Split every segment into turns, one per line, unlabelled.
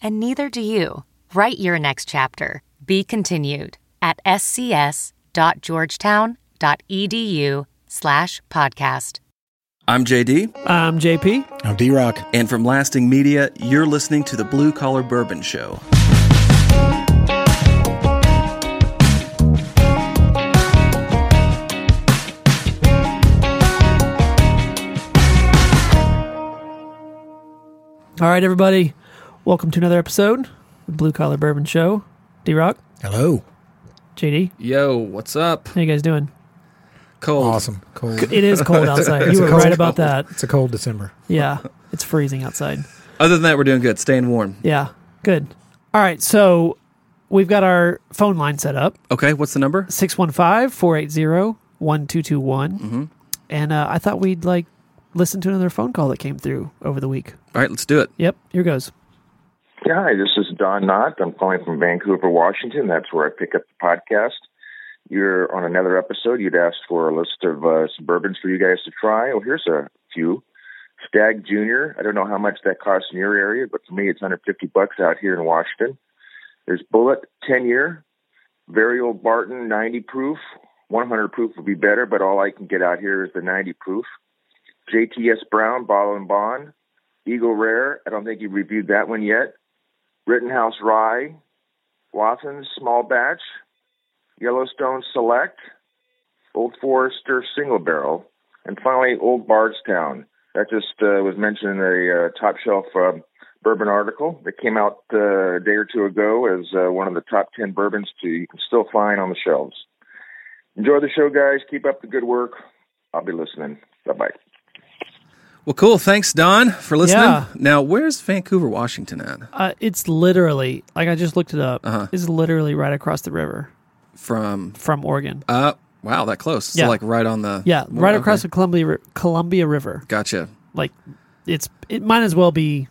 and neither do you. Write your next chapter. Be continued at E scs.georgetown.edu/slash podcast.
I'm JD,
I'm JP.
Oh,
I'm D Rock.
and from Lasting Media, you're listening to the Blue Collar Bourbon Show.
All right, everybody. Welcome to another episode of the Blue Collar Bourbon Show. D Rock,
Hello.
JD,
Yo, what's up?
how you guys doing?
Cold.
Awesome. Cold.
It is cold outside.
It's
you
a
were
cold-
right about that.
It's a cold December.
Yeah, it's freezing outside.
Other than that, we're doing good. Staying warm.
Yeah, good. All right, so we've got our phone line set up
Okay, what's the number?
615 480
Mm-hmm.
1221. And uh, I thought we'd like listen to another phone call that came through over the week.
All right, let's do it.
Yep, here goes.
Yeah, hi, this is Don Knott. I'm calling from Vancouver, Washington. That's where I pick up the podcast. You're on another episode. You'd asked for a list of uh, suburbans for you guys to try. Oh, here's a few. Stag Junior. I don't know how much that costs in your area, but for me, it's under fifty bucks out here in Washington. There's Bullet Ten Year, very old Barton, ninety proof. One hundred proof would be better, but all I can get out here is the ninety proof. JTS Brown, Bottle and Bond, Eagle Rare. I don't think you reviewed that one yet. Rittenhouse Rye, Watson's Small Batch, Yellowstone Select, Old Forester Single Barrel, and finally Old Bardstown. That just uh, was mentioned in a uh, top shelf uh, bourbon article that came out uh, a day or two ago as uh, one of the top 10 bourbons to you can still find on the shelves. Enjoy the show, guys. Keep up the good work. I'll be listening. Bye bye.
Well, cool. Thanks, Don, for listening.
Yeah.
Now, where's Vancouver, Washington at?
Uh, it's literally, like I just looked it up,
Uh-huh.
it's literally right across the river
From,
from Oregon.
uh, wow, that close.
Yeah.
So, like, right on the.
Yeah, right
Oh, Okay.
across the Columbia Ri- Columbia River.
Gotcha.
Like it's it might as well be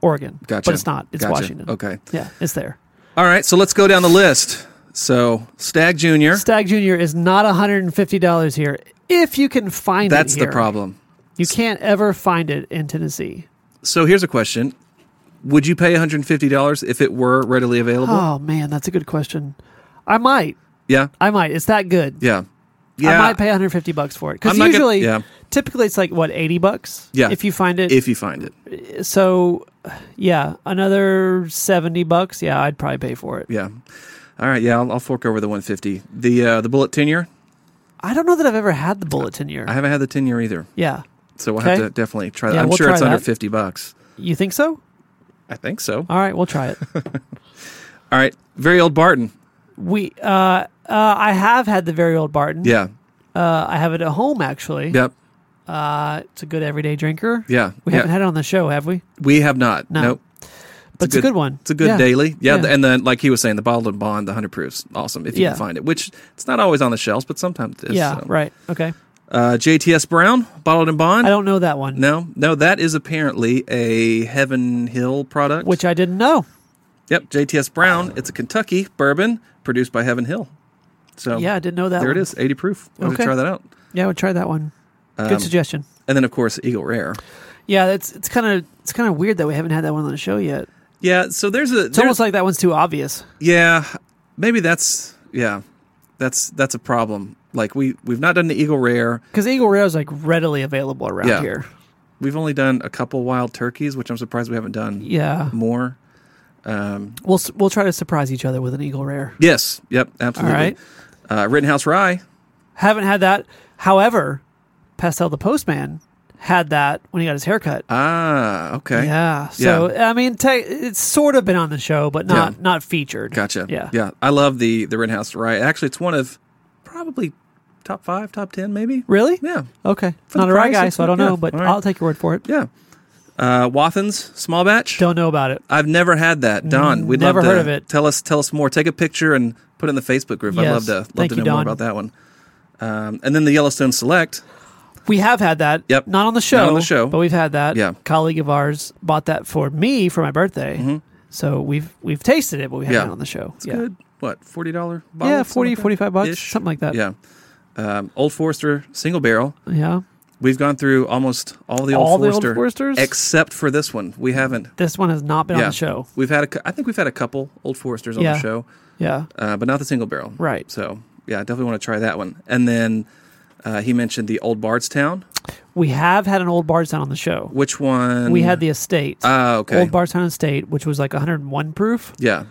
Oregon.
Gotcha.
But it's not. It's
Gotcha.
Washington.
Okay.
Yeah, it's there.
All right, so let's go down the list. So, Stag Jr.,
Stag Junior is not $150 here. If you can find
that's
it
the
here.
problem.
You can't ever find it in Tennessee.
So, here's a question Would you pay $150 if it were readily available?
Oh man, that's a good question. I might.
Yeah.
I might. It's that good.
Yeah. Yeah.
I might pay 150 bucks for it cuz
I'm not gonna-
usually
yeah.
typically it's like what 80 bucks
Yeah.
if you find it.
if you find it.
so yeah, another 70 bucks. Yeah, I'd probably pay for it.
Yeah. All right. Yeah, I'll, I'll fork over the 150. The uh, the bullet tenure.
I don't know that I've ever had the bulletin year.
I haven't had the tenure either,
yeah.
so we'll
Okay.
have to definitely try that.
Yeah,
I'm
we'll
sure
try
it's under
that.
50 bucks.
You think so?
I think so.
All right, we'll try it.
All right. Very old Barton.
we uh, uh I have had the very old Barton.
Yeah.
Uh, I have it at home actually.
Yep.
Uh, it's a good everyday drinker.
Yeah.
We
Yeah.
haven't had it on the show, have we?
We have not.
No.
Nope.
But it's a good, one.
It's a good
Yeah.
daily. Yeah,
Yeah.
And then, like he was saying, the bottled and bond, the 100 proofs. Awesome. If you
Yeah.
can find it, which it's not always on the shelves, but sometimes it is.
yeah,
so.
right. Okay.
Uh, JTS Brown, bottled and bond.
I don't know that one.
no, no, that is apparently a Heaven Hill product.
Which I didn't know.
Yep, JTS Brown. It's a Kentucky bourbon produced by Heaven Hill. So
Yeah, I didn't know that
Oh. There
one.
it is, eighty proof. We'll
Okay.
try that out.
Yeah, I would try that one.
Um,
good suggestion.
And then of course Eagle Rare.
Yeah, it's it's kind of it's kind of weird that we haven't had that one on the show yet. It's
Yeah. So there's a there's,
almost like that one's too obvious.
yeah. Maybe that's yeah. That's that's a problem. Like we we've not done the Eagle Rare.
Because Eagle Rare is like readily available around
Yeah.
here.
We've only done a couple wild turkeys, which I'm surprised we haven't done
Yeah,
more.
we'll s- we'll try to surprise each other with an Eagle Rare.
Yes. Yep. Absolutely.
right.
Uh, Rittenhouse Rye.
Haven't had that. However, Pastel the Postman had that when he got his haircut.
Ah. Okay.
Yeah. So I mean, te- it's sort of been on the show, but not
Yeah.
not featured.
Gotcha.
Yeah.
Yeah. I love the the Rittenhouse Rye. Actually, it's one of probably top five, top ten, maybe.
Really?
Yeah.
Okay.
For
not
the
a right
price,
guy,
it's
so I
not-
don't know,
yeah,
but
all right.
I'll take your word for it.
Yeah. Uh, Waffens, small batch.
Don't know about it.
I've never had that. Don, we'd
never
love to
heard of it.
Tell us, tell us more. Take a picture and put it in the Facebook group. I'd
Yes.
love to, love
Thank
to know
you,
more
Don.
about that one. Um, and then the Yellowstone Select.
We have had that.
Yep.
Not on the show.
Not on the show.
But we've had that.
Yeah.
Colleague of ours bought that for me for my birthday. So we've we've tasted it, but we
Mm-hmm.
haven't
Yeah.
had it on the show. yeah.
Good. What forty dollar?
Yeah, 40, 45 bucks, something like that.
Yeah. Um, Old Forester single barrel.
Yeah.
We've gone through almost all the
All
old
the Old
Forester,
Foresters?
except for this one. We haven't.
This one has not been
yeah,
on the show.
We've had. A, cou- I think we've had a couple old Foresters on
Yeah.
the show,
Yeah.
uh, but not the single barrel.
Right.
So yeah, I definitely want to try that one. And then uh, he mentioned the old Bardstown.
We have had an old Bardstown on the show.
Which one?
We had the estate.
Ah, okay.
Old Bardstown Estate, which was like 101 proof.
yeah.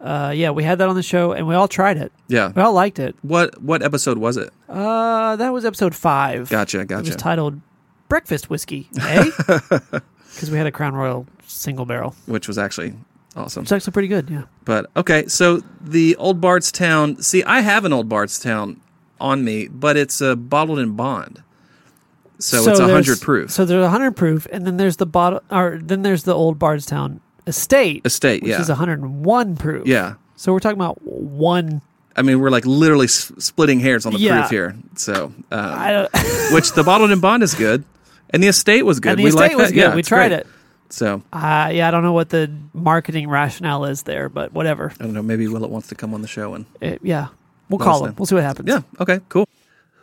Uh, yeah, we had that on the show, and we all tried it.
Yeah.
We all liked it.
What what episode was it?
Uh, that was episode five.
Gotcha,
It was
gotcha.
titled "Breakfast Whiskey," eh? Because we had a Crown Royal single barrel.
Which was actually awesome.
It's actually pretty good. Yeah.
But okay, so the Old Bardstown. See, I have an Old Bardstown on me, but it's uh, bottled in bond, so, it's it's
there's-
hundred proof.
So there's hundred proof, and then there's the bottle, or then there's the old Bardstown Estate.
Estate,
which
yeah.
is 101 proof.
yeah,
So we're talking about one.
I mean we're like literally s- splitting hairs on the
Yeah.
proof here. So, uh,
I don't,
which the bottled in bond is good, and the estate was good.
and the
we
estate
like
was
that.
good.
Yeah,
we
it's
tried
great.
it.
So
Uh, yeah, I don't know what the marketing rationale is there, but whatever.
I don't know. Maybe Willett wants to come on the show and
It- yeah, we'll call
us
him.
know.
We'll see what happens.
Yeah. Okay. Cool.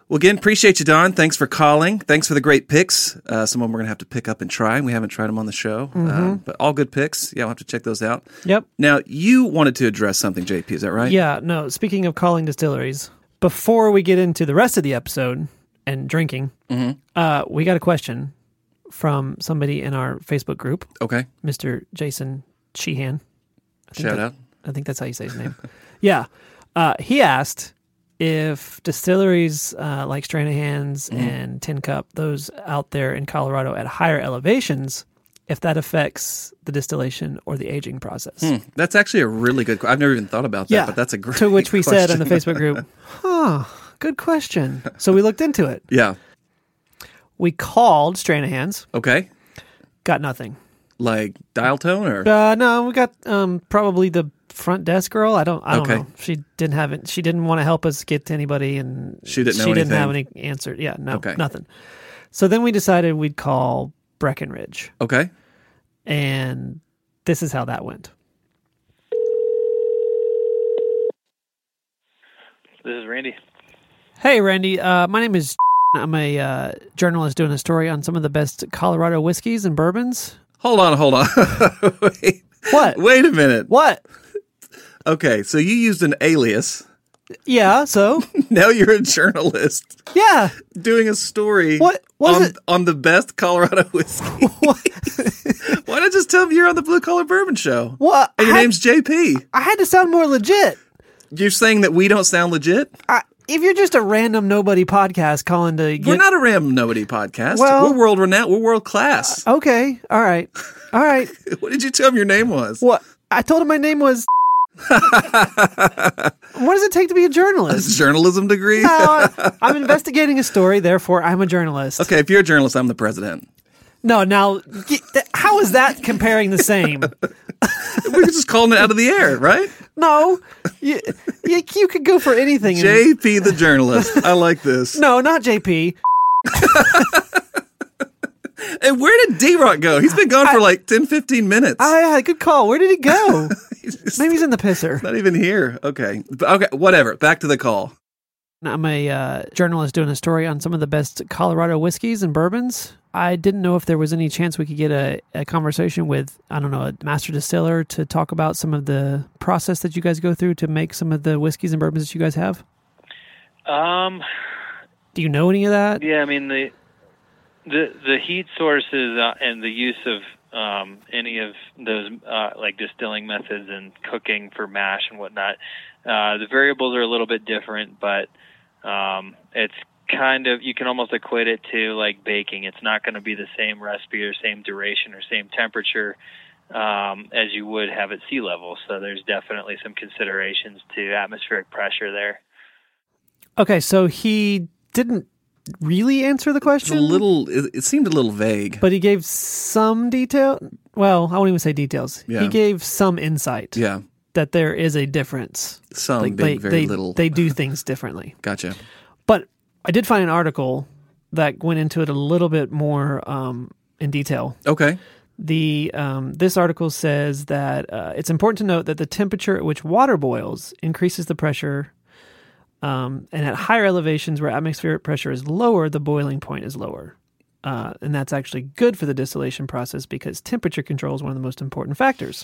Well, again, appreciate you, Don. Thanks for calling. Thanks for the great picks. Uh, some of them we're gonna have to pick up and try. We haven't tried them on the show, um, but all good picks. Yeah, we'll have to check those out.
Mm-hmm. Yep.
Now, you wanted to address something, JP. Is that right?
Yeah, no, speaking of calling distilleries, before we get into the rest of the episode and drinking,
Mm-hmm.
uh, we got a question from somebody in our Facebook group,
Okay.
Mr. Jason Sheehan. I think
Shout
that-
out.
I think that's how you say his name. yeah. Uh, he asked if distilleries uh, like Stranahan's
Mm-hmm.
and Tin Cup, those out there in Colorado at higher elevations, if that affects the distillation or the aging process.
Hmm, That's actually a really good. qu- I've never even thought about that, but that's a great.
To which we said in the
question.
Facebook group, huh, good question. So we looked into it.
Yeah.
We called Stranahan's,
Okay.
got nothing.
Like dial tone or
Uh, no, we got um, probably the front desk girl. I don't. I don't
Okay.
know. She didn't have it. She didn't want to help us get to anybody, and
She didn't know
didn't have any answer. Yeah, no,
Okay.
nothing. So then we decided we'd call Breckenridge,
okay.
and this is how that went.
This is Randy.
Hey, Randy. Uh, my name is. I'm a uh, journalist doing a story on some of the best Colorado whiskeys and bourbons.
Hold on. Hold on. wait,
What?
wait a minute.
What?
Okay. So you used an alias.
Yeah. So.
Now you're a journalist.
Yeah.
doing a story
What- what
on,
is it?
on the best Colorado whiskey. Why not just tell me you're on the Blue Collar Bourbon Show?
What?
And your
I-
name's JP.
I had to sound more legit.
You're saying that we don't sound legit?
I, if you're just a random nobody podcast calling to get
We're not a Ram Nobody podcast.
Well-
we're world renowned. We're world class.
Okay. All right. All right.
what did you tell him your name was?
What? I told him my name was. what does it take to be a journalist?
Journalism degree?
No, I'm investigating a story, therefore I'm a journalist.
okay, if you're a journalist, I'm the president.
No, now get- th- how is that comparing the same?
We're just calling it out of the air, right?
No, you, you, you could go for anything. in-
JP the journalist. I like this.
no, not JP.
And where did D Rock go? He's been gone for like 10, 15 minutes.
I had a good call. Where did he go? Maybe he's in the pisser.
Not even here. Okay. But- Okay. Whatever. Back to the call.
I'm a uh, journalist doing a story on some of the best Colorado whiskeys and bourbons. I didn't know if there was any chance we could get a, a conversation with, I don't know, a master distiller to talk about some of the process that you guys go through to make some of the whiskeys and bourbons that you guys have.
Um,
Do you know any of that?
yeah, I mean the the the heat sources uh, and the use of um, any of those uh, like distilling methods and cooking for mash and whatnot. Uh, the variables are a little bit different, but um, it's kind of you can almost equate it to like baking. It's not going to be the same recipe or same duration or same temperature um, as you would have at sea level. So there's definitely some considerations to atmospheric pressure there.
Okay, so he didn't really answer the question.
It's a little. It, it seemed a little vague.
but he gave some detail. Well, I won't even say details.
Yeah.
He gave some insight
yeah,
that there is a difference.
some big,
they,
very
they,
little.
they do things differently.
gotcha.
But I did find an article that went into it a little bit more um, in detail.
Okay.
The um, this article says that uh, it's important to note that the temperature at which water boils increases the pressure, um, and at higher elevations where atmospheric pressure is lower, the boiling point is lower. Uh, and that's actually good for the distillation process because temperature control is one of the most important factors.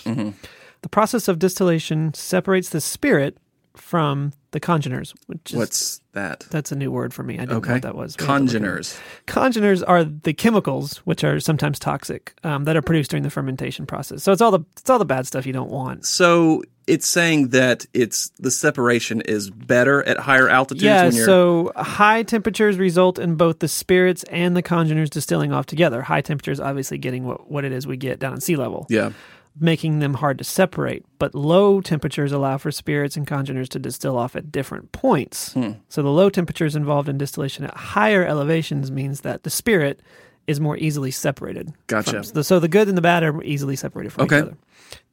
The process of distillation separates the spirit from the congeners, which is
What's that?
that's a new word for me. I didn't know
Okay.
what that was. We had to look it up.
Congeners.
Congeners are the chemicals which are sometimes toxic um, that are produced during the fermentation process. So it's all the it's all the bad stuff you don't want.
So it's saying that it's the separation is better at higher altitudes.
Yeah.
When you're,
So high temperatures result in both the spirits and the congeners distilling off together. High temperatures obviously getting what, what it is we get down at sea level,
yeah.
making them hard to separate. But low temperatures allow for spirits and congeners to distill off at different points.
Hmm.
So the low temperatures involved in distillation at higher elevations means that the spirit is more easily separated.
Gotcha.
So the, so the good and the bad are easily separated from
Okay.
each other.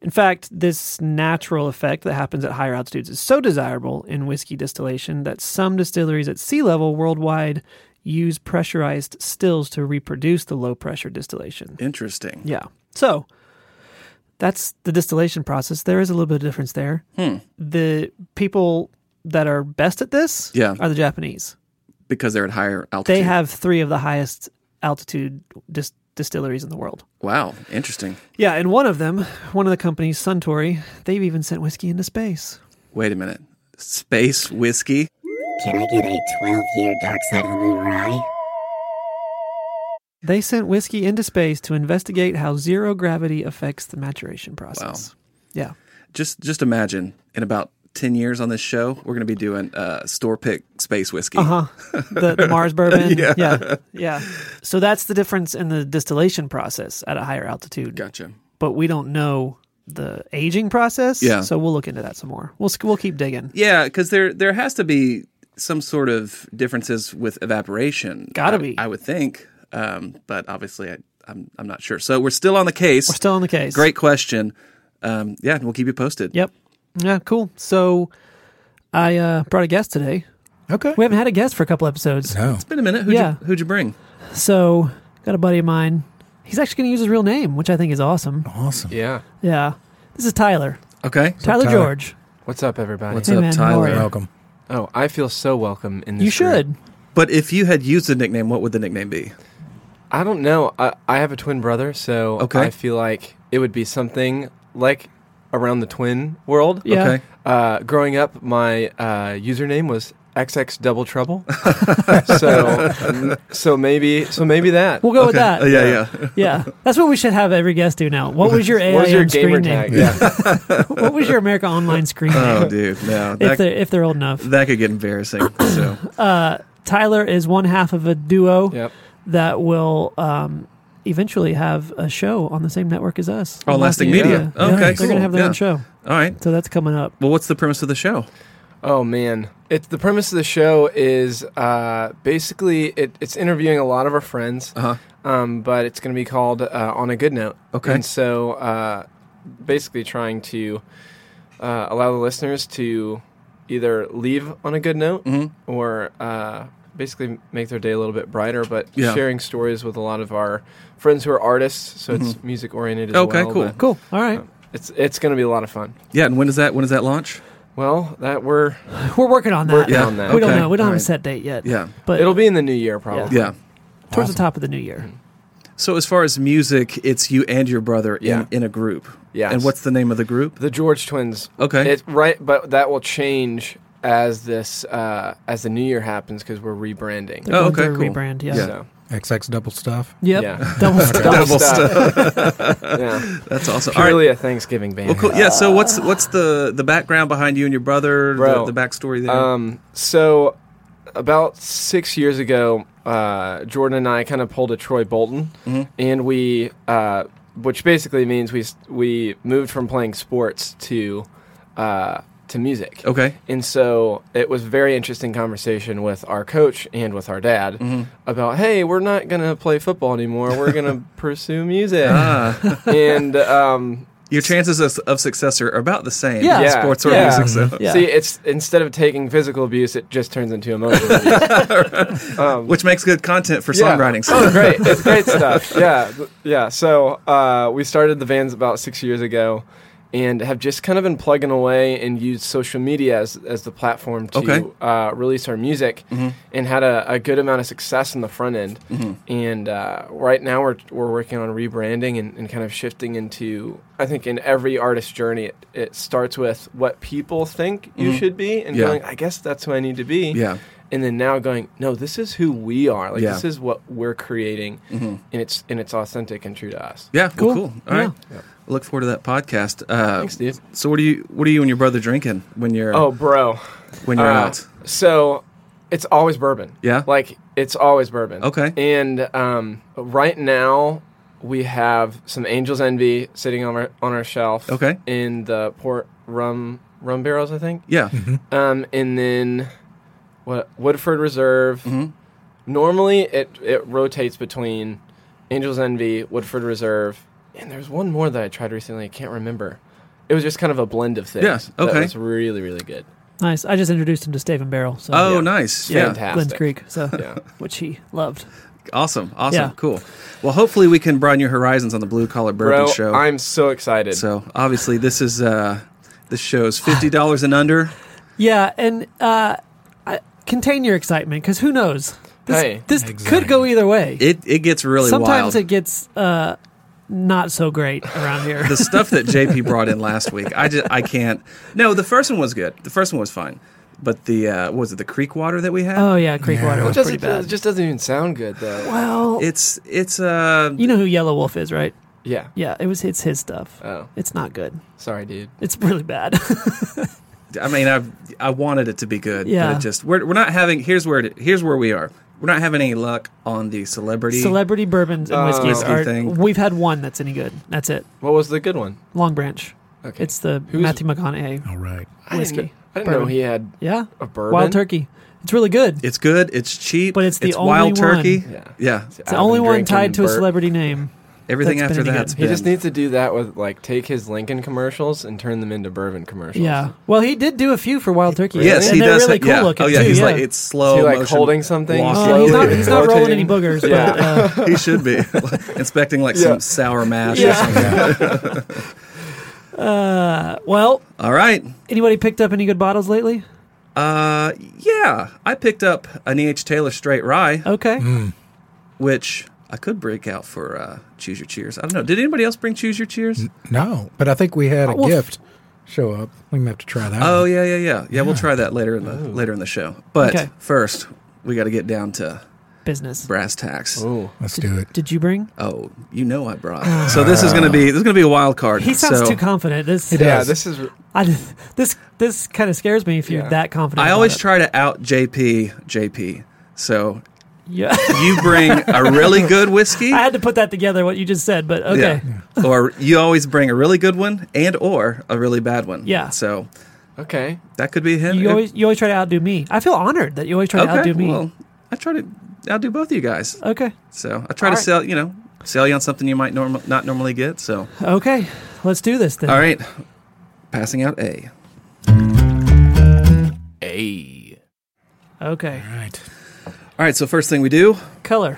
In fact, this natural effect that happens at higher altitudes is so desirable in whiskey distillation that some distilleries at sea level worldwide use pressurized stills to reproduce the low pressure distillation.
Interesting.
Yeah. So that's the distillation process. There is a little bit of difference there. The people that are best at this
Yeah.
are the Japanese.
Because they're at higher altitude.
They have three of the highest altitude dis- distilleries in the world.
Wow. Interesting.
Yeah, and one of them, one of the companies, Suntory, they've even sent whiskey into space.
Wait a minute. Space whiskey.
Can I get a 12 year Dark Side of the Moon rye?
They sent whiskey into space to investigate how zero gravity affects the maturation process. Yeah.
Just just imagine in about ten years on this show, we're going to be doing uh, store pick space whiskey.
Uh huh. The, the Mars bourbon. yeah. yeah. So that's the difference in the distillation process at a higher altitude.
Gotcha.
But we don't know the aging process.
Yeah.
So we'll look into that some more. We'll, s- we'll keep digging.
Yeah, because there there has to be some sort of differences with evaporation.
Gotta
I-
be.
I would think, um, but obviously I, I'm I'm not sure. So we're still on the case.
We're still on the case.
Great question. Um, yeah, we'll keep you posted.
Yep. Yeah, cool. So I uh, brought a guest today.
Okay.
We haven't had a guest for a couple episodes.
No.
It's been a minute. Who'd,
Yeah.
you, who'd you bring?
So, got a buddy of mine. He's actually going to use his real name, which I think is awesome.
Oh.
Awesome.
Yeah.
Yeah. This is Tyler.
Okay.
Tyler,
Tyler?
George.
What's up, everybody?
What's
Hey,
up,
man, how
Tyler?
are you?
Welcome.
Oh, I feel so welcome in this.
You
group.
should.
But if you had used the nickname, what would the nickname be?
I don't know. I, I have a twin brother, so
Okay.
I feel like it would be something like around the twin world.
Yeah.
Okay.
Uh, growing up, my uh, username was XX Double Trouble. so, so maybe, so maybe that.
We'll go with
Okay.
that.
Uh, yeah, yeah.
Yeah. That's what we should have every guest do now. What was your AIM
what was your gamer
screen
tag?
name?
Yeah.
What was your America Online screen name?
Oh, dude. No.
if, they're,
That,
if they're old enough.
that could get embarrassing. So
Tyler is one half of a duo
yep.
that will um, eventually have a show on the same network as us.
Oh,
On
Lasting Media.
Yeah.
Okay,
They're
cool.
going to have their
Yeah.
own show.
all right.
So that's coming up.
Well, what's the premise of the show?
Oh man, it's the premise of the show is uh, basically it, it's interviewing a lot of our friends,
Uh-huh.
um, but it's going to be called uh, on a good note.
Okay.
and so uh, basically trying to uh, allow the listeners to either leave on a good note
Mm-hmm.
or uh, basically make their day a little bit brighter, but
Yeah.
sharing stories with a lot of our friends who are artists, so it's music oriented. as
Mm-hmm. Okay,
well,
cool.
but
Cool. All right.
It's it's going to be a lot of fun.
Yeah, and when does that when does that launch?
Well, that we're
We're working on that.
working
Yeah.
on that.
We don't
Okay.
know. We don't have a set
Alright.
date yet.
Yeah.
But
It'll be Mm-hmm. in the new year, probably.
Yeah.
towards the top of the new year.
So as far as music, it's you and your brother
Yeah.
in, in a group.
Yes.
And what's the name of the group?
The George twins.
Okay.
It's right, but that will change as this uh, as the new year happens because we're rebranding.
They're
Oh,
going
okay,
through a
cool.
Rebrand. Yeah.
So,
XX double stuff.
Yep.
yeah.
Double stuff.
Double stuff. yeah.
That's awesome. All right.
Purely a Thanksgiving band.
Well, cool. Yeah. So what's what's the the background behind you and your brother?
Bro,
the, the backstory there.
Um, so about six years ago, uh, Jordan and I kind of pulled a Troy Bolton, and we, uh, which basically means we s- we moved from playing sports to uh, to music.
Okay.
And so it was very interesting conversation with our coach and with our dad
Mm-hmm.
about, hey, we're not going to play football anymore. We're going to pursue music.
Ah.
uh, and um,
Your chances of, of success are about the same.
Yeah.
Yeah.
Sports or
Yeah.
music. So.
Yeah.
see, it's instead of taking physical abuse, it just turns into emotional abuse.
Which makes good content for
Yeah.
songwriting.
Oh, great! It's great stuff. Yeah, th- yeah. So uh, we started the vans about six years ago, and have just kind of been plugging away and used social media as as the platform to
Okay. Mm-hmm.
uh, release our music, and had a, a good amount of success in the front end. And uh, right now we're we're working on rebranding and, and kind of shifting into. I think in every artist's journey, it, it starts with what people think you should be, and
Mm-hmm. Yeah.
going, I guess that's who I need to be
Yeah.
and then now going no this is who we are like
Yeah.
this is what we're creating and it's and it's authentic and true to us
Mm-hmm. Yeah, cool.
Cool.
Well, cool. All right. Look forward to that podcast. Uh,
Thanks, dude.
So, what do you what do you and your brother drinking when you're
oh bro
when you're
Uh,
out?
so it's always bourbon
Yeah?
like it's always bourbon
Okay.
and um, right now we have some angel's envy sitting on our on our shelf
Okay.
in the port rum rum barrels i think
Yeah,
Um, and then what Woodford Reserve.
Mm-hmm.
Normally, it it rotates between Angels Envy, Woodford Reserve, and there's one more that I tried recently. I can't remember. It was just kind of a blend of things.
Yeah, okay.
That was really really good.
Nice. I just introduced him to Stave and Barrel. So
Oh,
Yeah.
nice. Yeah.
Fantastic.
Glens Creek. So
Yeah.
which he loved.
Awesome. Awesome.
Yeah.
Cool. Well, hopefully we can broaden your horizons on the Blue Collar Bourbon
Bro,
Show.
I'm so excited.
so obviously this is uh this show's fifty dollars and under.
Yeah, and uh, I, contain your excitement because who knows? This,
Hey.
this
Exactly.
could go either way.
It it gets really
Sometimes
wild.
it gets uh, not so great around here.
the stuff that JP brought in last week, I just I can't. No, the first one was good. The first one was fine, but the uh, what was it the creek water that we had?
oh yeah, creek
Yeah.
water
It
it
was pretty
doesn't,
bad.
it just doesn't even sound good though.
well,
It's it's uh
you know who Yellow Wolf is, right?
Yeah.
Yeah, it was. It's his stuff.
Oh,
It's not good.
sorry, dude.
It's really bad.
I mean, I I wanted it to be good,
Yeah.
but it just we're we're not having. Here's where it, here's where we are. We're not having any luck on the celebrity.
Celebrity bourbons and
Oh.
whiskeys
Whiskey
are.
thing.
We've had one that's any good. That's it.
What was the good one?
Long Branch.
Okay.
It's the
Who's-
Matthew McConaughey
All right.
I didn't, kn-
whiskey.
I didn't know
Bourbon.
he had
Yeah,
a bourbon.
Wild Turkey. It's really good.
it's good. It's cheap.
But it's the
wild
only
turkey.
one.
Yeah.
Yeah,
See,
It's the
I've been
only one
drinking
tied to a
bur-
celebrity name.
everything
That's been
after
any
that's
good.
He
been.
just needs to do that with like take his Lincoln commercials and turn them into bourbon commercials.
Yeah. Well, he did do a few for Wild Turkey.
Yes,
and
he
they're
does.
Really
that-
cool
yeah.
looking
oh yeah,
too,
he's
yeah.
like it's slow.
Is he, like,
motion,
holding something?
walking.
Uh, he's not, he's not rolling
Rotating.
any boogers,
Yeah.
but uh,
he should be inspecting like
Yeah.
some sour mash. Or
Yeah.
something.
uh, well,
All right.
anybody picked up any good bottles lately?
Uh, yeah, I picked up an E.H. Taylor Straight Rye,
Okay.
Mm. which I could break out for uh, Choose Your Cheers. I don't know. Did anybody else bring Choose Your Cheers?
No, but I think we had a
Well,
gift show up. We may have to try that.
Oh
one.
yeah, yeah, yeah, yeah. We'll try that later in the
Oh.
later in the show. But
Okay.
first, we got to get down to
Business.
brass tacks.
Oh,
Let's do it.
Did you bring?
Oh, you know I brought. So this is gonna be this is gonna be a wild card.
He sounds
so
too confident. This
He
yeah.
does.
This is
I, this this kind of scares me if you're
Yeah.
that confident.
I
about
always
it.
try to out JP JP. So
Yeah.
you bring a really good whiskey,
I had to put that together what you just said, but okay.
or you always bring a really good one and or a really bad one.
Yeah.
So
okay.
that could be him.
You always you always try to outdo me. I feel honored that you always try
okay.
to outdo me.
Well, I try to outdo both of you guys.
okay.
So I try to sell you know sell you on something you might norm- not normally get. So.
Okay. Let's do this then.
All right. Passing out A.
A.
Okay.
All right.
All right. So first thing we do.
Color.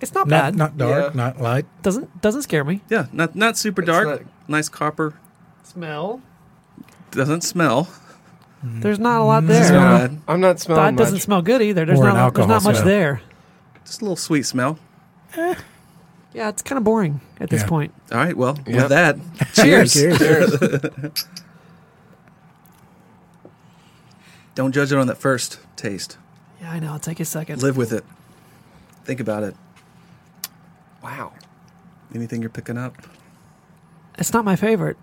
It's not,
Not,
bad.
not dark,
Yeah.
not light.
doesn't doesn't scare me.
Yeah. Not not super dark.
not-
nice copper.
Smell.
Doesn't smell.
There's not a lot there.
Not
That
bad.
I'm not smelling much.
doesn't smell good either. There's
Or
not
an
a lot- there's not
alcohol
much
smell.
there.
Just a little sweet smell.
Yeah, it's kind of boring at this
Yeah.
point.
All right. Well, with
Yep.
that, cheers.
Cheers.
Don't judge it on that first taste.
Yeah, I know. I'll take a second.
Live with it. Think about it.
wow.
Anything you're picking up?
It's not my favorite.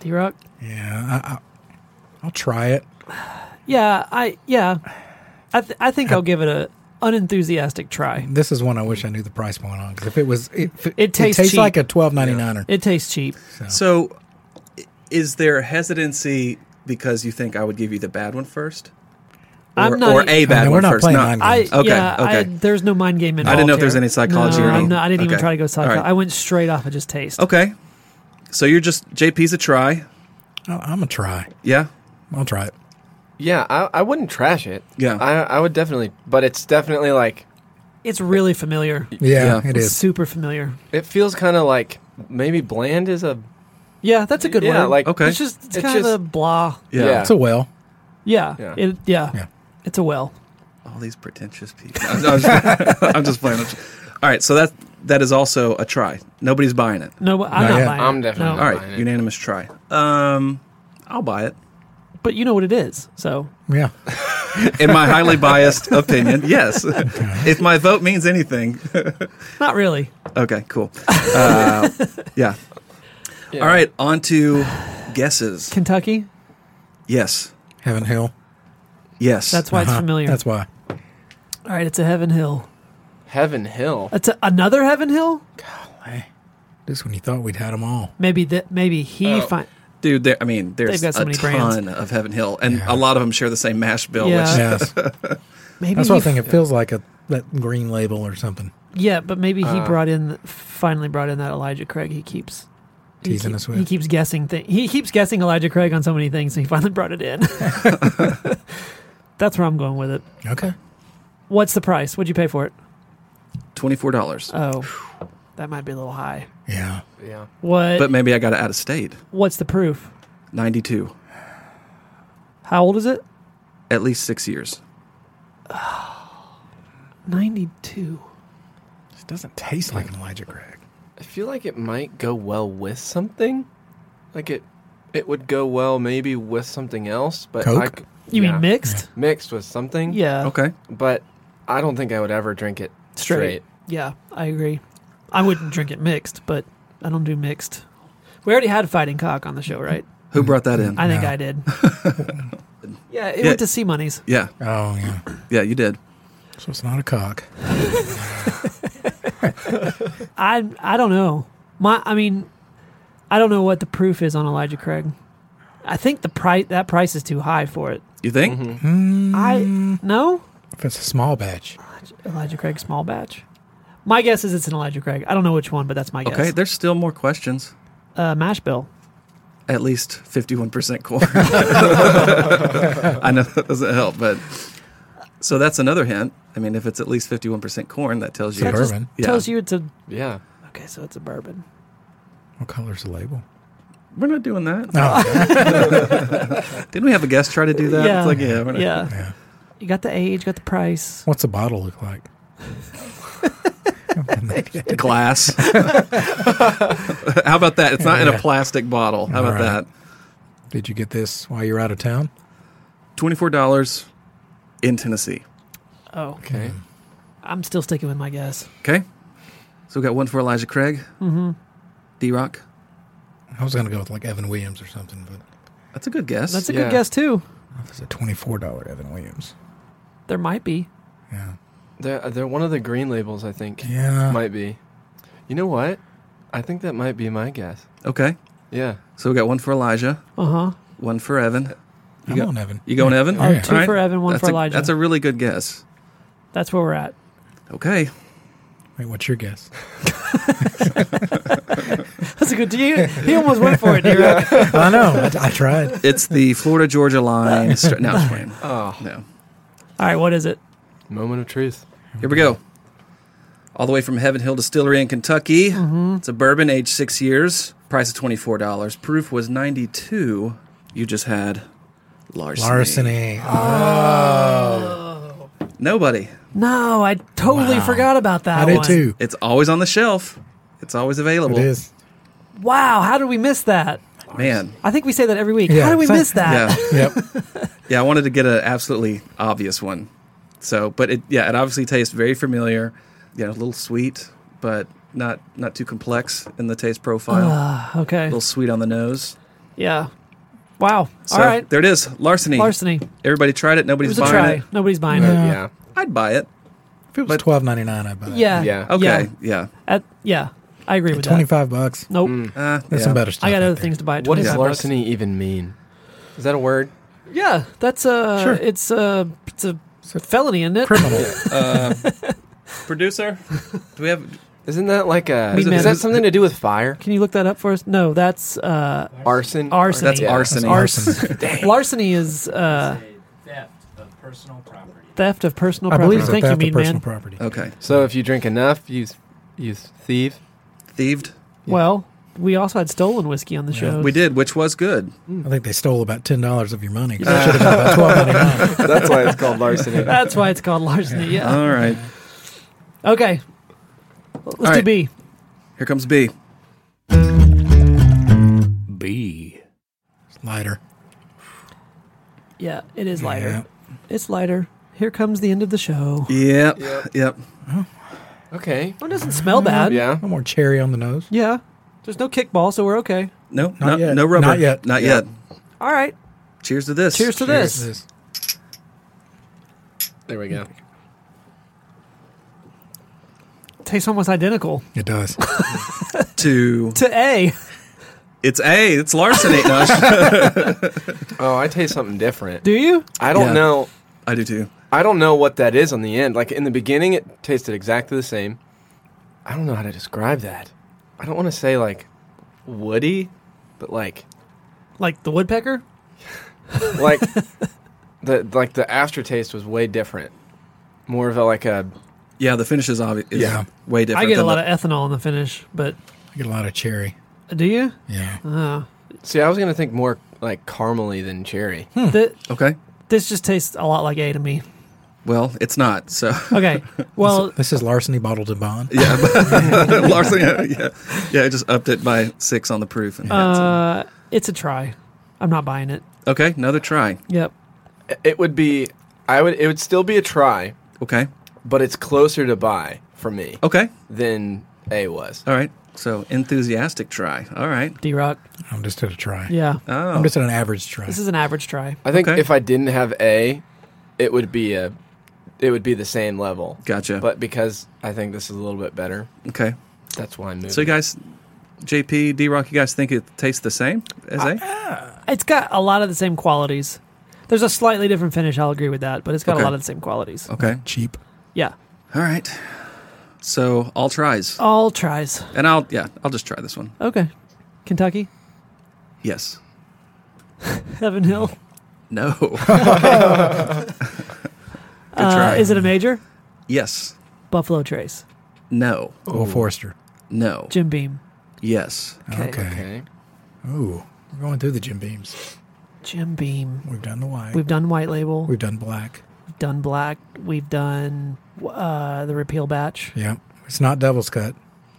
D Rock.
Yeah, I, I, I'll try it.
Yeah, I yeah, I th- I think I'll give it a unenthusiastic try.
This is one I wish I knew the price point on because if it was, if it,
It tastes cheap.
like a twelve ninety nine er.
It tastes cheap.
So, i- Is there hesitancy because you think I would give you the bad one first? Or,
I'm not- e-
or a bad
I mean, we're
one
not
first?
playing mind
I
games.
Okay,
yeah, I,
okay.
there's no mind game involved.
didn't know if there was
here.
any psychology
No,
or
I'm
anything.
not, I didn't even
Okay.
try to go psychology.
All right. Oh.
I went straight off of just taste.
Okay. So you're just JP's a try.
I, I'm gonna try.
Yeah.
I'll try it.
Yeah, I, I wouldn't trash it.
Yeah.
I, I would definitely, but it's definitely like
It's really familiar.
Yeah,
Yeah.
it
It's
is.
super familiar.
it feels kind of like maybe bland is a
Yeah, that's a good
yeah
word.
like
Okay.
it's just it's,
It's
kind of
just-
a blah.
Yeah.
Yeah.
It's a well.
Yeah,
Yeah.
It, yeah,
Yeah.
It's a well.
All these pretentious people. I'm, I'm just, I'm just playing. All right. So that that is also a try. Nobody's buying it.
No, I'm
Not
not,
yet.
buying.
I'm
it.
definitely
No.
All
Buying
right.
it.
Unanimous try. Um, I'll buy it.
but you know what it is. So
Yeah.
In my highly biased opinion, yes. if my vote means anything,
not really.
Okay, cool. Uh, yeah. All right, on to guesses.
Kentucky.
Yes.
Heaven Hill.
Yes.
That's why it's
Uh-huh.
familiar.
That's why.
All right, it's a Heaven Hill.
Heaven Hill.
That's a, another Heaven Hill.
Just when you thought we'd had them all.
Maybe that. Maybe he
Oh.
find.
dude. There, I mean, there's
They've got so
a
many brands.
ton of Heaven Hill, and a lot of them share the same mash bill.
Yeah.
Which,
Yes.
Maybe
That's what I
he-
think. It feels like a that green label or something
Yeah, but maybe he
Uh.
brought in finally brought in that Elijah Craig. He keeps he,
teasing
keep-
us
he
with.
keeps guessing things. He keeps guessing Elijah Craig on so many things, and he finally brought it in. That's where I'm going with it.
Okay.
What's the price? What'd you pay for it?
Twenty-four dollars.
Oh, that might be a little high.
Yeah.
Yeah.
What?
but maybe I got it out of state.
what's the proof?
Ninety-two.
How old is it?
At least six years.
Ninety-two.
It doesn't taste like an Elijah Craig.
I feel like it might go well with something. Like it, it would go well maybe with something else. But I
Coke?
c-
You
yeah.
mean mixed?
mixed with something?
Yeah.
Okay.
But I don't think I would ever drink it straight.
Yeah, I agree. I wouldn't drink it mixed, but I don't do mixed. We already had fighting cock on the show, right?
Who brought that in?
I think I did. yeah, it
Yeah.
went to C Money's.
yeah.
Oh yeah.
Yeah. You did.
So it's not a cock.
I I don't know. My I mean, I don't know what the proof is on Elijah Craig. I think the price that price is too high for it.
You think?
I no
If it's a small batch.
Elijah Craig small batch. My guess is it's an Elijah Craig. I don't know which one, but that's my
Okay.
guess.
There's still more questions.
Uh, mash bill.
At least fifty-one percent corn. I know that doesn't help, but so that's another hint. I mean, if it's at least fifty-one percent corn, that tells you
That just
Bourbon.
Yeah.
tells you it's a
Yeah.
okay. So it's a bourbon.
What color's the label?
We're not doing that.
Oh,
Didn't we have a guest try to do that?
Yeah.
It's like, yeah, we're not.
Yeah.
yeah.
you got the age, got the price.
What's the bottle look like?
Glass. How about that? It's not in a plastic bottle. How about
All right.
that?
Did you get this while you were out of town?
$24 in Tennessee.
Oh, okay.
Hmm.
I'm still sticking with my guess.
Okay. So we got one for Elijah Craig, mm-hmm. D Rock.
I was gonna go with like Evan Williams or something, but
That's a good guess.
That's a
Yeah.
good guess too.
it's a twenty-four dollar Evan Williams.
There might be.
Yeah.
They're, they're one of the green labels, I think.
Yeah.
Might be. You know what? I think that might be my guess.
okay.
Yeah.
So we got one for Elijah,
Uh huh.
one for Evan.
I'm
got-
on Evan.
You going, Evan?
Oh, yeah.
Two
All right.
for Evan, one
That's
for
a-
Elijah.
That's a really good guess.
That's where we're at.
Okay.
Wait, what's your guess?
That's a good. He, he almost went for it. Derek.
I know. I, I tried.
It's the Florida Georgia line. Stra- no, I'm playing.
Oh.
No.
All right, what is it?
Moment of truth.
Here we go. All the way from Heaven Hill Distillery in Kentucky.
Mm-hmm.
It's a bourbon, aged six years. Price of twenty four dollars. Proof was ninety two. You just had larceny.
Larceny.
Nobody.
No, I totally forgot about that.
I did
one.
too.
It's always on the shelf. It's always
It
available.
is.
Wow, how did we miss that?
Man.
I think we say that every week.
Yeah,
how did we
same-
miss that?
Yeah.
Yep.
Yeah. I wanted to get an absolutely obvious one. So, but it yeah, it obviously tastes very familiar. You know, a little sweet, but not not too complex in the taste profile.
Uh, Okay.
a little sweet on the nose.
Yeah. Wow.
So
All right.
there it is. Larceny.
Larceny.
Everybody tried it.
It
Nobody's
was a
buying
try.
it.
Nobody's buying it.
Yeah.
I'd buy it.
If it was
But-
twelve ninety nine, I buy it.
Yeah.
Yeah.
Okay. Yeah.
At, yeah. I I agree with
Twenty five bucks.
that. Nope.
Uh,
There's
yeah.
some better stuff.
I got
out
other
there.
things to buy. At
What does
25 bucks.
larceny even mean? Is that a word?
Yeah, that's uh
Sure.
It's a it's a felony, isn't it?
Criminal.
Uh, producer, do we have?
Isn't that like a?
Meat
Is,
man.
that something to do with fire?
Can you look that up for us? No, that's uh,
Arson.
arson.
That's arsony.
Arson. Larceny is uh, theft of personal
I
property.
believe
Thank you,
that
mean
personal
man.
property.
Okay,
So if you drink enough, you you thieve.
thieved.
Well, we also had stolen whiskey on the show.
We did, which was good.
I think they stole about ten dollars of your money. 'cause it should have been about twelve ninety nine.
That's why it's called larceny.
That's why it's called larceny. Yeah.
All right,
okay. Let's do
right.
B.
here comes B.
B.
Lighter.
Yeah, it is lighter.
Yeah.
It's lighter. Here comes the end of the show.
Yep, yep.
Yep. Okay.
It doesn't smell
Mm-hmm.
bad.
Yeah.
No more cherry on the nose.
Yeah. There's no kickball, so we're okay.
No,
Not
no,
yet.
no rubber.
Not yet.
Not
Yeah.
yet.
All right.
Cheers to this.
Cheers to
Cheers
this.
to this.
There we go.
Tastes almost identical
It does.
to
to A.
it's A. It's larceny. No, I-
Oh, I taste something different.
Do you?
I don't
Yeah.
know.
I do too.
I don't know what that is on the end. Like in the beginning, it tasted exactly the same. I don't know how to describe that. I don't want to say like woody, but like
Like the woodpecker?
like the like the aftertaste was way different. More of a like a
Yeah, the finish is obvious. Is
Yeah.
way different.
I get a
than
lot
the-
of ethanol in the finish, but
I get a lot of cherry.
do you?
Yeah.
Uh,
see. I was gonna think more like caramely than cherry.
th-
Okay.
this just tastes a lot like A to me.
Well, it's not. So
Okay. Well,
This is larceny bottled and bond.
yeah, but- larceny. Yeah, yeah. I just upped it by six on the proof. And
uh, it's a try. I'm not buying it.
okay, another try.
Yep.
It would be. I would. It would still be a try,
Okay.
but it's closer to buy for me
Okay.
than a was.
All right. So enthusiastic try. All right.
D Rock.
I'm just at a try.
Yeah.
I'm
Oh,
just at an average try.
This is an average try.
I think
Okay.
if I didn't have a, it would be a, it would be the same level.
gotcha.
But because I think this is a little bit better,
okay.
that's why I'm moving.
So you guys, JP, D Rock, you guys think it tastes the same as
Uh,
A?
It's got a lot of the same qualities. There's a slightly different finish, I'll agree with that, but it's got
Okay.
a lot of the same qualities.
okay.
cheap.
Yeah.
All right. So all tries,
All tries.
and I'll yeah, I'll just try this one.
Okay. Kentucky,
Yes.
Heaven Hill.
No. Good
Uh,
Uh,
try.
is it a major?
yes.
Buffalo Trace,
No.
Old Forester.
No.
Jim Beam.
Yes.
Okay.
okay.
Ooh, we're going through the Jim Beams.
Jim Beam.
We've done the white.
We've
We've,
done White Label. We've
done black.
done Black. We've done uh, the Repeal Batch.
Yeah. It's not Devil's Cut.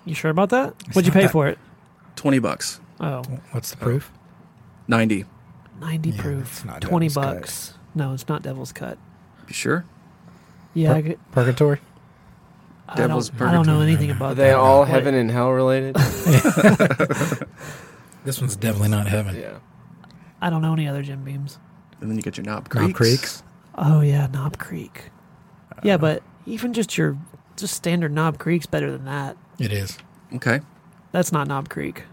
You sure about that? What'd you
not
pay
that-
for it?
Twenty bucks.
Oh,
What's the proof?
Ninety.
90
Yeah,
proof.
it's not
20
Devil's Cut.
bucks. No, it's not Devil's Cut.
You sure?
Yeah. I, could-
Purgatory.
I
Devil's
don't, I don't know
Purgatory.
anything
Are
about
they
that.
all
What-
heaven and hell related?
This one's definitely not heaven.
yeah.
I don't know any other Jim Beams.
And then you get your knob creeks.
Knob Creeks.
Oh yeah, Knob Creek.
Uh,
Yeah, but even just your just standard Knob Creek's better than that.
It is.
Okay.
That's not Knob Creek.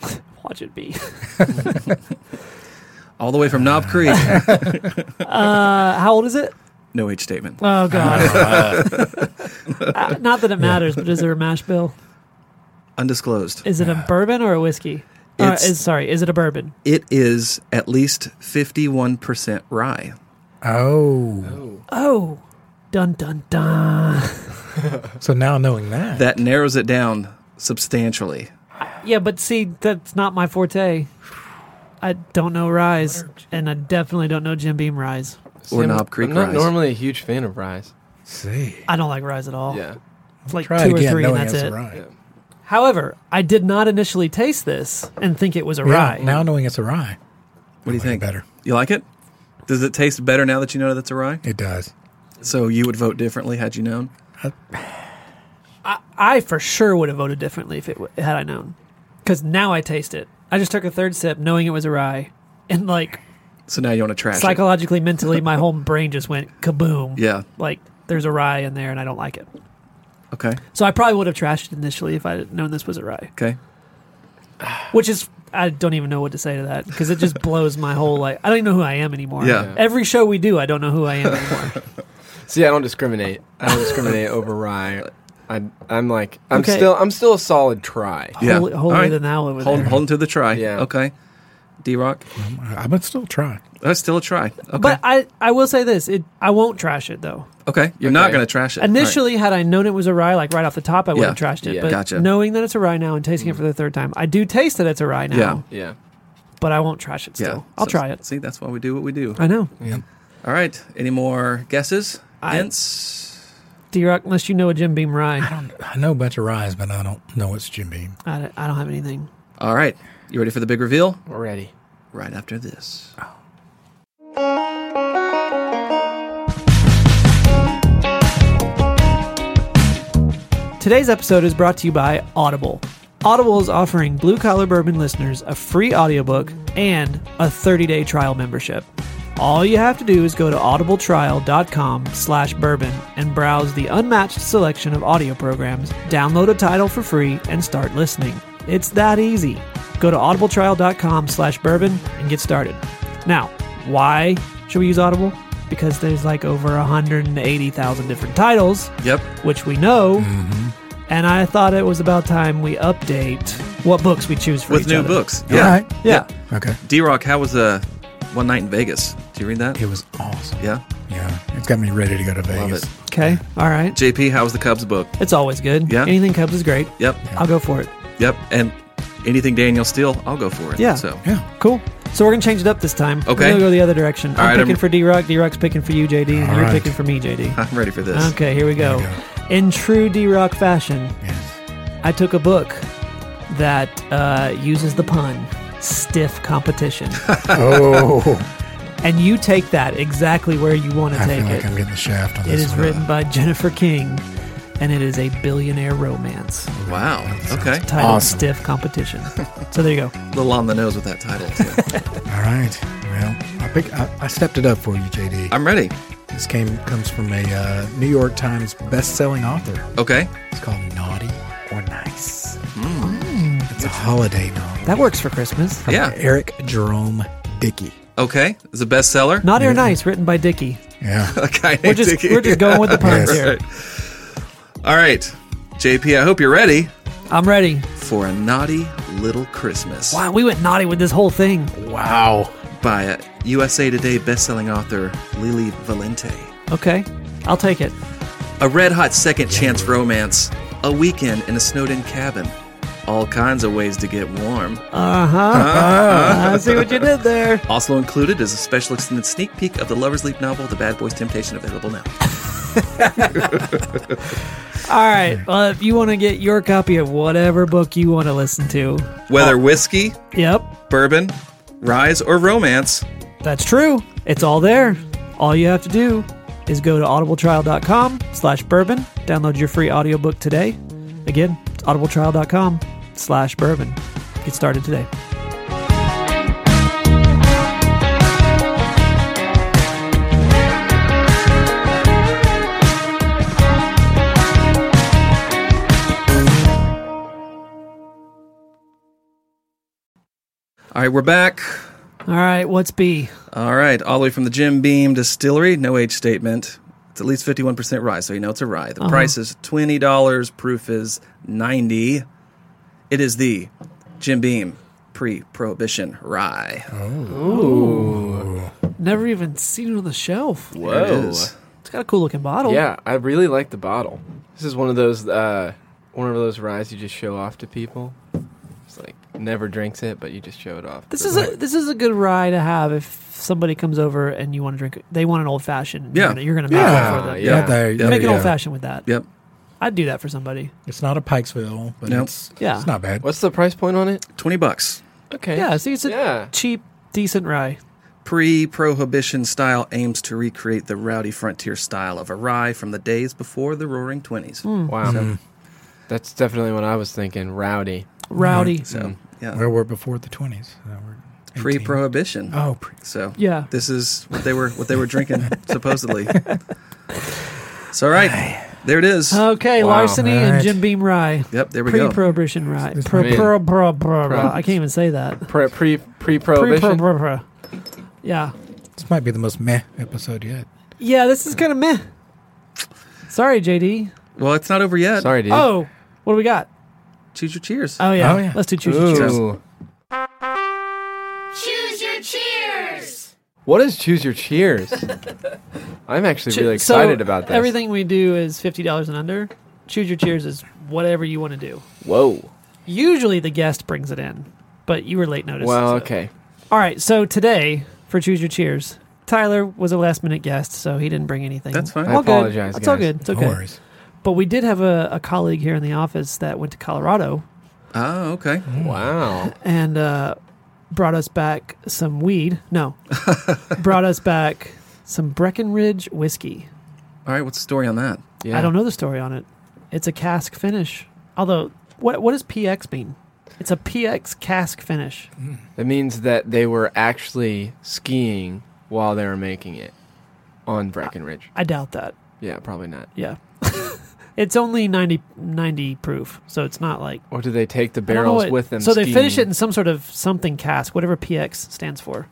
Watch it be.
All the way from Knob Creek.
Uh, how old is it?
no age statement.
Oh god. Uh, not that it matters, but is there a mash bill?
Undisclosed.
Is it a bourbon or a whiskey? Uh,
It's-
is, sorry, is it a bourbon?
It is at least fifty-one percent rye.
Oh.
Oh, dun dun dun.
So now knowing that,
That narrows it down substantially.
Yeah, but see, that's not my forte. I don't know Rise, and I definitely don't know Jim Beam Rise.
Or
I'm-
Knob Creek
I'm not
Rise.
normally a huge fan of Rise.
see.
I don't like Rise at all.
Yeah.
It's like
Try
two
it again,
or three, and
knowing
that's
it's
it.
a rye.
Yeah.
However, I did not initially taste this and think it was a
Yeah,
rye.
Now knowing it's a rye,
What do you
Like it
think?
better.
You like it? Does it taste better now that you know that's a rye?
it does.
So you would vote differently had you known.
I for sure would have voted differently if it w- had I known, because now I taste it. I just took a third sip, knowing it was a rye, and like
So now you want to trash it.
psychologically, mentally, my whole brain just went kaboom.
Yeah.
like there's a rye in there, and I don't like it.
Okay.
So I probably would have trashed it initially if I had known this was a rye,
Okay.
which is I don't even know what to say to that because it just blows my whole like I don't even know who I am anymore.
Yeah.
Every show we do, I don't know who I am anymore.
See, I don't discriminate. I don't discriminate over rye. I, I'm like, I'm
Okay.
still, I'm still a solid try.
Yeah.
Holy-
All
holier than thou over
Hold,
there.
holding to the try.
Yeah.
Okay. D Rock.
I would still try.
That's still a try. Okay.
But I I will say this: it I won't trash it though.
okay. You're not
Okay.
going to trash it.
Initially, had I known it was a rye, like right off the top, I would
Yeah.
have trashed it.
Yeah.
But
Gotcha.
knowing that it's a rye now and tasting it for the third time, I do taste that it's a rye now.
Yeah.
Yeah.
But I won't trash it
All right.
still.
Yeah.
I'll
So-
try it.
See, that's why we do what we do.
I know.
All right. Any more guesses?
I-
Hints?
D Rock, unless you know a Jim Beam rye, I
I know a bunch of ryes, but I don't know it's Jim Beam.
don't, I don't have anything.
All right. You ready for the big reveal?
We're ready.
Right after this.
Today's episode is brought to you by Audible. Audible is offering blue collar bourbon listeners a free audiobook and a 30-day trial membership. All you have to do is go to audibletrial.com slash bourbon and browse the unmatched selection of audio programs, download a title for free, and start listening. It's that easy. Go to audibletrial.com slash bourbon and get started. Now, why should we use Audible? Because there's like over 180,000 different titles
Yep.
which we know. And I thought it was about time we update what books we choose for
With
each
new
other.
books.
All right.
Yeah.
Okay.
D Rock, how was uh, One Night in Vegas? Did you read that?
It was awesome.
Yeah.
Yeah. It's got me ready to go to
Love
Vegas.
it.
Okay. All right.
JP, how was the Cubs book?
It's always good.
Yeah.
Anything Cubs is great.
Yep.
I'll go for it.
Yep. And anything Daniel Steele, I'll go for it.
Yeah.
So
Yeah.
Cool. So we're gonna change it up this time. We're
Okay.
gonna go the other direction. I'm
right,
picking
I'm-
for D Rock. D Rock's picking for you, JD, and
All
you're
right.
picking for me, JD.
I'm ready for this.
Okay. Here we go.
There
In true D Rock fashion,
Yes.
I took a book that uh, uses the pun "stiff competition,"
Oh,
and you take that exactly where you want to
I
take
feel like
it.
I'm getting the shaft on
It
this
is
one.
written by Jennifer King, and it is a billionaire romance
Wow. Okay.
titled
Awesome.
"Stiff Competition." so there you go.
A little on the nose with that title. so.
All right. Well, I pick. I, I stepped it up for you, JD.
I'm ready.
this came comes from a uh, New York Times best-selling author.
Okay.
It's called Naughty or Nice.
Mm.
It's a holiday novel.
That works for Christmas.
from
Yeah.
Eric Jerome Dickey.
Okay. It's a bestseller.
Naughty or Nice, written by Dickey.
Yeah.
Okay.
We're just we're just going with the puns
Yes.
here.
All right. JP, I hope you're ready
I'm ready.
for a naughty little Christmas
Wow, we went naughty with this whole thing.
Wow.
by a USA Today bestselling author Lily Valente.
Okay, I'll take it.
A red hot second chance romance, a weekend in a Snowden cabin, all kinds of ways to get warm.
Uh huh. Uh-huh. I see what you did there.
Also included is a special extended sneak peek of the Lover's Leap novel, The Bad Boy's Temptation, available now.
All right. Well, if you want to get your copy of whatever book you want to listen to, Oh.
Whether whiskey,
yep,
bourbon, rise, or romance,
That's true. It's all there. All you have to do is go to audibletrial.com slash bourbon, download your free audiobook today. Again, it's audibletrial.com slash bourbon. Get started today.
All right, we're back.
All right, what's B?
All right, all the way from the Jim Beam Distillery. No age statement. It's at least 51% rye, so you know it's a rye. The price is $20, proof is 90 It is the Jim Beam pre prohibition rye.
Never even seen it on the shelf.
There it is.
It's got a cool looking bottle.
Yeah, I really like the bottle. This is one of those, uh, one of those rides you just show off to people. It's like never drinks it, but you just show it off.
This is a this is a good rye to have if somebody comes over and you want to drink they want an old fashioned.
Yeah.
You're gonna, you're gonna make
Yeah.
it for them.
Yeah.
Yeah, they-
Yeah.
Make
yeah.
an old fashioned with that.
Yep.
I'd do that for somebody.
It's not a Pikesville, but
Nope.
it's
Yeah.
it's not bad.
What's the price point on it?
20 bucks.
Okay.
Yeah, see it's a
Yeah.
cheap, decent rye.
Pre prohibition style aims to recreate the rowdy frontier style of a rye from the days before the roaring 20s.
Wow. That's definitely what I was thinking. Rowdy.
Rowdy.
So, yeah,
Well, Hmm. we're before the twenties. So we're
pre
18.
prohibition.
Oh, pre-
So
Yeah.
this is what they were what they were drinking supposedly. So all right, There it is.
Okay,
Wow.
larceny and
Alright.
Jim Beam rye.
Yep, there we go.
Pre-prohibition rye.
This-
Pro,
Man.
pro, pro, pro, pro. I can't even say that.
Pre pre pre
Pre-pro,
prohibition.
pro, pro. Yeah.
This might be the most meh episode yet.
Yeah, this is kind of meh. Sorry, JD.
well, it's not over yet.
Sorry, Uh, dude.
Oh, what do we got?
Choose your cheers.
Oh yeah.
Oh, yeah.
Let's do choose your cheers.
Ooh. What is choose your cheers? I'm actually really
So,
excited about this.
Everything we do is fifty dollars and under. Choose your cheers is whatever you want to do.
Whoa.
Usually the guest brings it in, but you were late notice.
Well,
so-
okay.
All right, so today for Choose Your Cheers, Tyler was a last minute guest, so he didn't bring anything.
That's fine.
I
All good.
apologize,
It's all
guys.
good. It's okay.
No worries.
But we did have a, a colleague here in the office that went to Colorado
Oh, okay.
Mm-hmm.
Wow.
and uh, brought us back some weed. No, brought us back some Breckenridge whiskey.
All right. What's the story on that?
Yeah.
I don't know the story on it. It's a cask finish. Although, what what does PX mean? It's a PX cask finish.
That means that they were actually skiing while they were making it on Breckenridge.
I doubt that.
Yeah, probably not.
Yeah. it's only 90, 90 proof, so it's not like
Or do they take the
I don't know
barrels
what-
with them?
So they finish it
skiing?
in some sort of something cask, whatever PX stands for.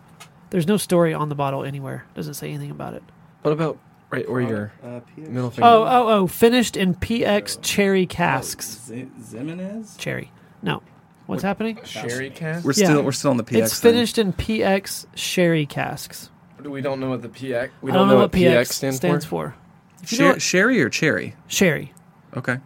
There's no story on the bottle anywhere. Doesn't say anything about it.
What about right or your middle finger?
Oh, oh, oh! Finished in PX cherry casks.
Zimenez.
Cherry. No. What's happening?
sherry cast.
We're
Yeah.
still we're still on the PX.
it's
thing.
finished in PX sherry casks.
We don't know what the PX. We
I don't know, what PX, stands, for. If you know
Sher-
what-
sherry or cherry?
sherry.
Okay.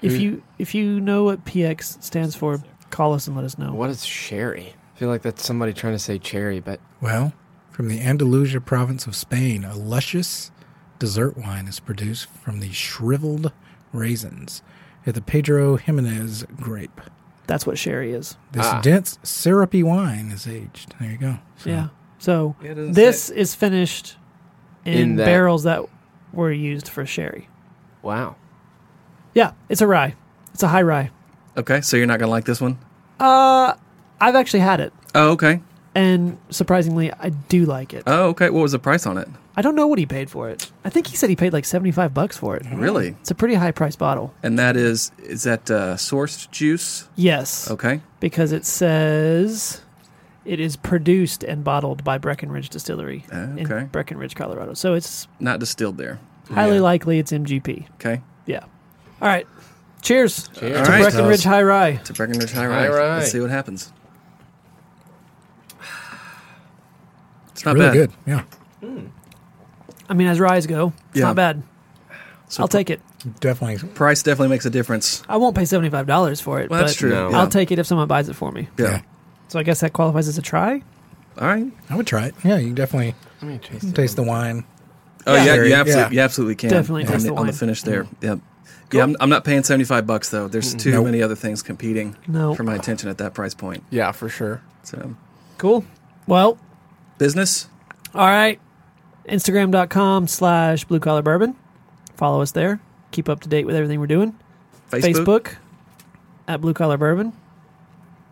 If
Who-
you if you know what PX stands for, call us and let us know.
What is sherry? I feel like that's somebody trying to say cherry, but
Well, from the Andalusia province of Spain, a luscious dessert wine is produced from the shriveled raisins of the Pedro Jimenez grape.
That's what sherry is.
This
Ah.
dense, syrupy wine is aged. There you go. So,
Yeah. So
Yeah, it doesn't
this is finished in,
In that-
barrels that were used for sherry.
wow.
Yeah, it's a rye. It's a high rye.
Okay. So you're not gonna like this one.
I've actually had it,
Oh, okay.
and surprisingly, I do like it.
Oh, okay. What was the price on it?
I don't know what he paid for it. I think he said he paid like seventy-five bucks for it.
Really?
It's a pretty high price bottle.
And that is is that uh, sourced juice?
Yes,
Okay.
because it says it is produced and bottled by Breckenridge Distillery
Ah, Okay.
in Breckenridge, Colorado. So it's
Not distilled there.
highly likely it's MGP.
Okay.
Yeah. All right. Cheers.
Cheers.
To
All right.
Breckenridge High Rye.
To Breckenridge High Rye.
High Rye.
Let's see what happens. It's not
really
bad.
good. Yeah.
I mean, as ryes go, it's
Yeah.
not bad.
So
I'll take it.
Definitely.
Price definitely makes a difference.
I won't pay seventy five dollars for it.
Well, that's
but
true.
No.
Yeah.
I'll take it if someone buys it for me.
Yeah.
Yeah.
So I guess that qualifies as a try.
All right.
I would try it. Yeah, you definitely
Let me taste it.
taste the wine.
Oh yeah,
Sherry,
you absolutely,
yeah. Mm-hmm.
you absolutely can.
Definitely
on
taste
the,
the
on the
wine.
finish there. Yeah, yeah. I'm, I'm not paying 75 bucks though. There's too
Nope.
many other things competing
No.
for my attention at that price point.
Yeah, for sure.
So
Cool. Well,
business.
all right. Instagram.com slash blue collar bourbon. Follow us there. Keep up to date with everything we're doing.
Facebook.
Facebook, at blue collar bourbon.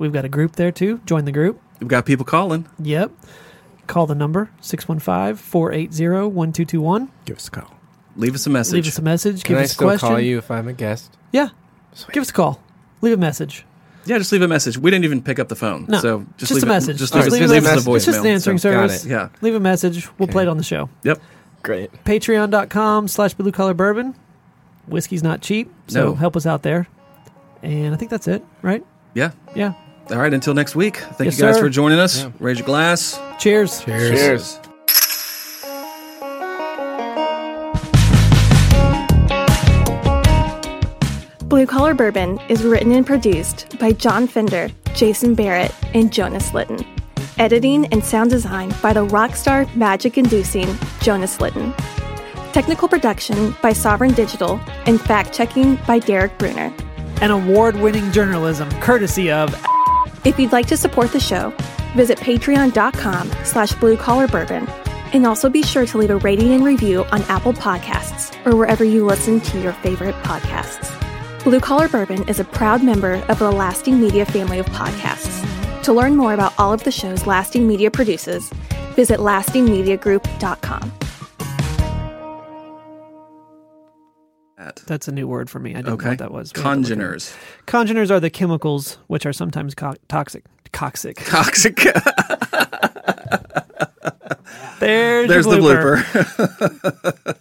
We've got a group there too. Join the group.
We've got people calling.
Yep. Call the number 615 480 1221.
Give us a call.
Leave us a message.
Leave us a message.
Can
give
I
us
still
a question.
call you if I'm a guest?
Yeah. Give us a call. Leave a message.
yeah, just leave a message. We didn't even pick up the phone.
No,
so just,
just
leave
a
it-
message.
Just
Just
leave, us-
leave
a
leave us a
message.
voicemail.
It's just an answering
So-
got
service.
it.
Yeah.
Leave a message. We'll play it
Okay.
on the show.
Yep.
Great.
Patreon.com slash blue collar bourbon. Whiskey's not cheap, so
No.
help us out there. And I think that's it, right?
Yeah.
Yeah.
All right. Until next week. Thank
Yes,
you guys
sir.
for joining us.
Yeah.
Raise your glass.
Cheers.
Cheers.
Cheers.
Blue Collar Bourbon is written and produced by John Fender, Jason Barrett, and Jonas Litton. Editing and sound design by the rock star magic inducing Jonas Litton. Technical production by Sovereign Digital and fact checking by Derek Bruner.
And award winning journalism courtesy of
If you'd like to support the show, visit patreon.com slash blue collar bourbon. And also be sure to leave a rating and review on Apple Podcasts or wherever you listen to your favorite podcasts. Blue Collar Bourbon is a proud member of the Lasting Media family of podcasts. To learn more about all of the shows Lasting Media produces, visit lastingmediagroup.com.
that?
That's a new word for me. I didn't know
Okay.
what that was. We had to look it up.
Congeners.
Congeners are the chemicals which are sometimes co- toxic. Toxic.
Toxic.
There's,
There's the
the blooper.
blooper.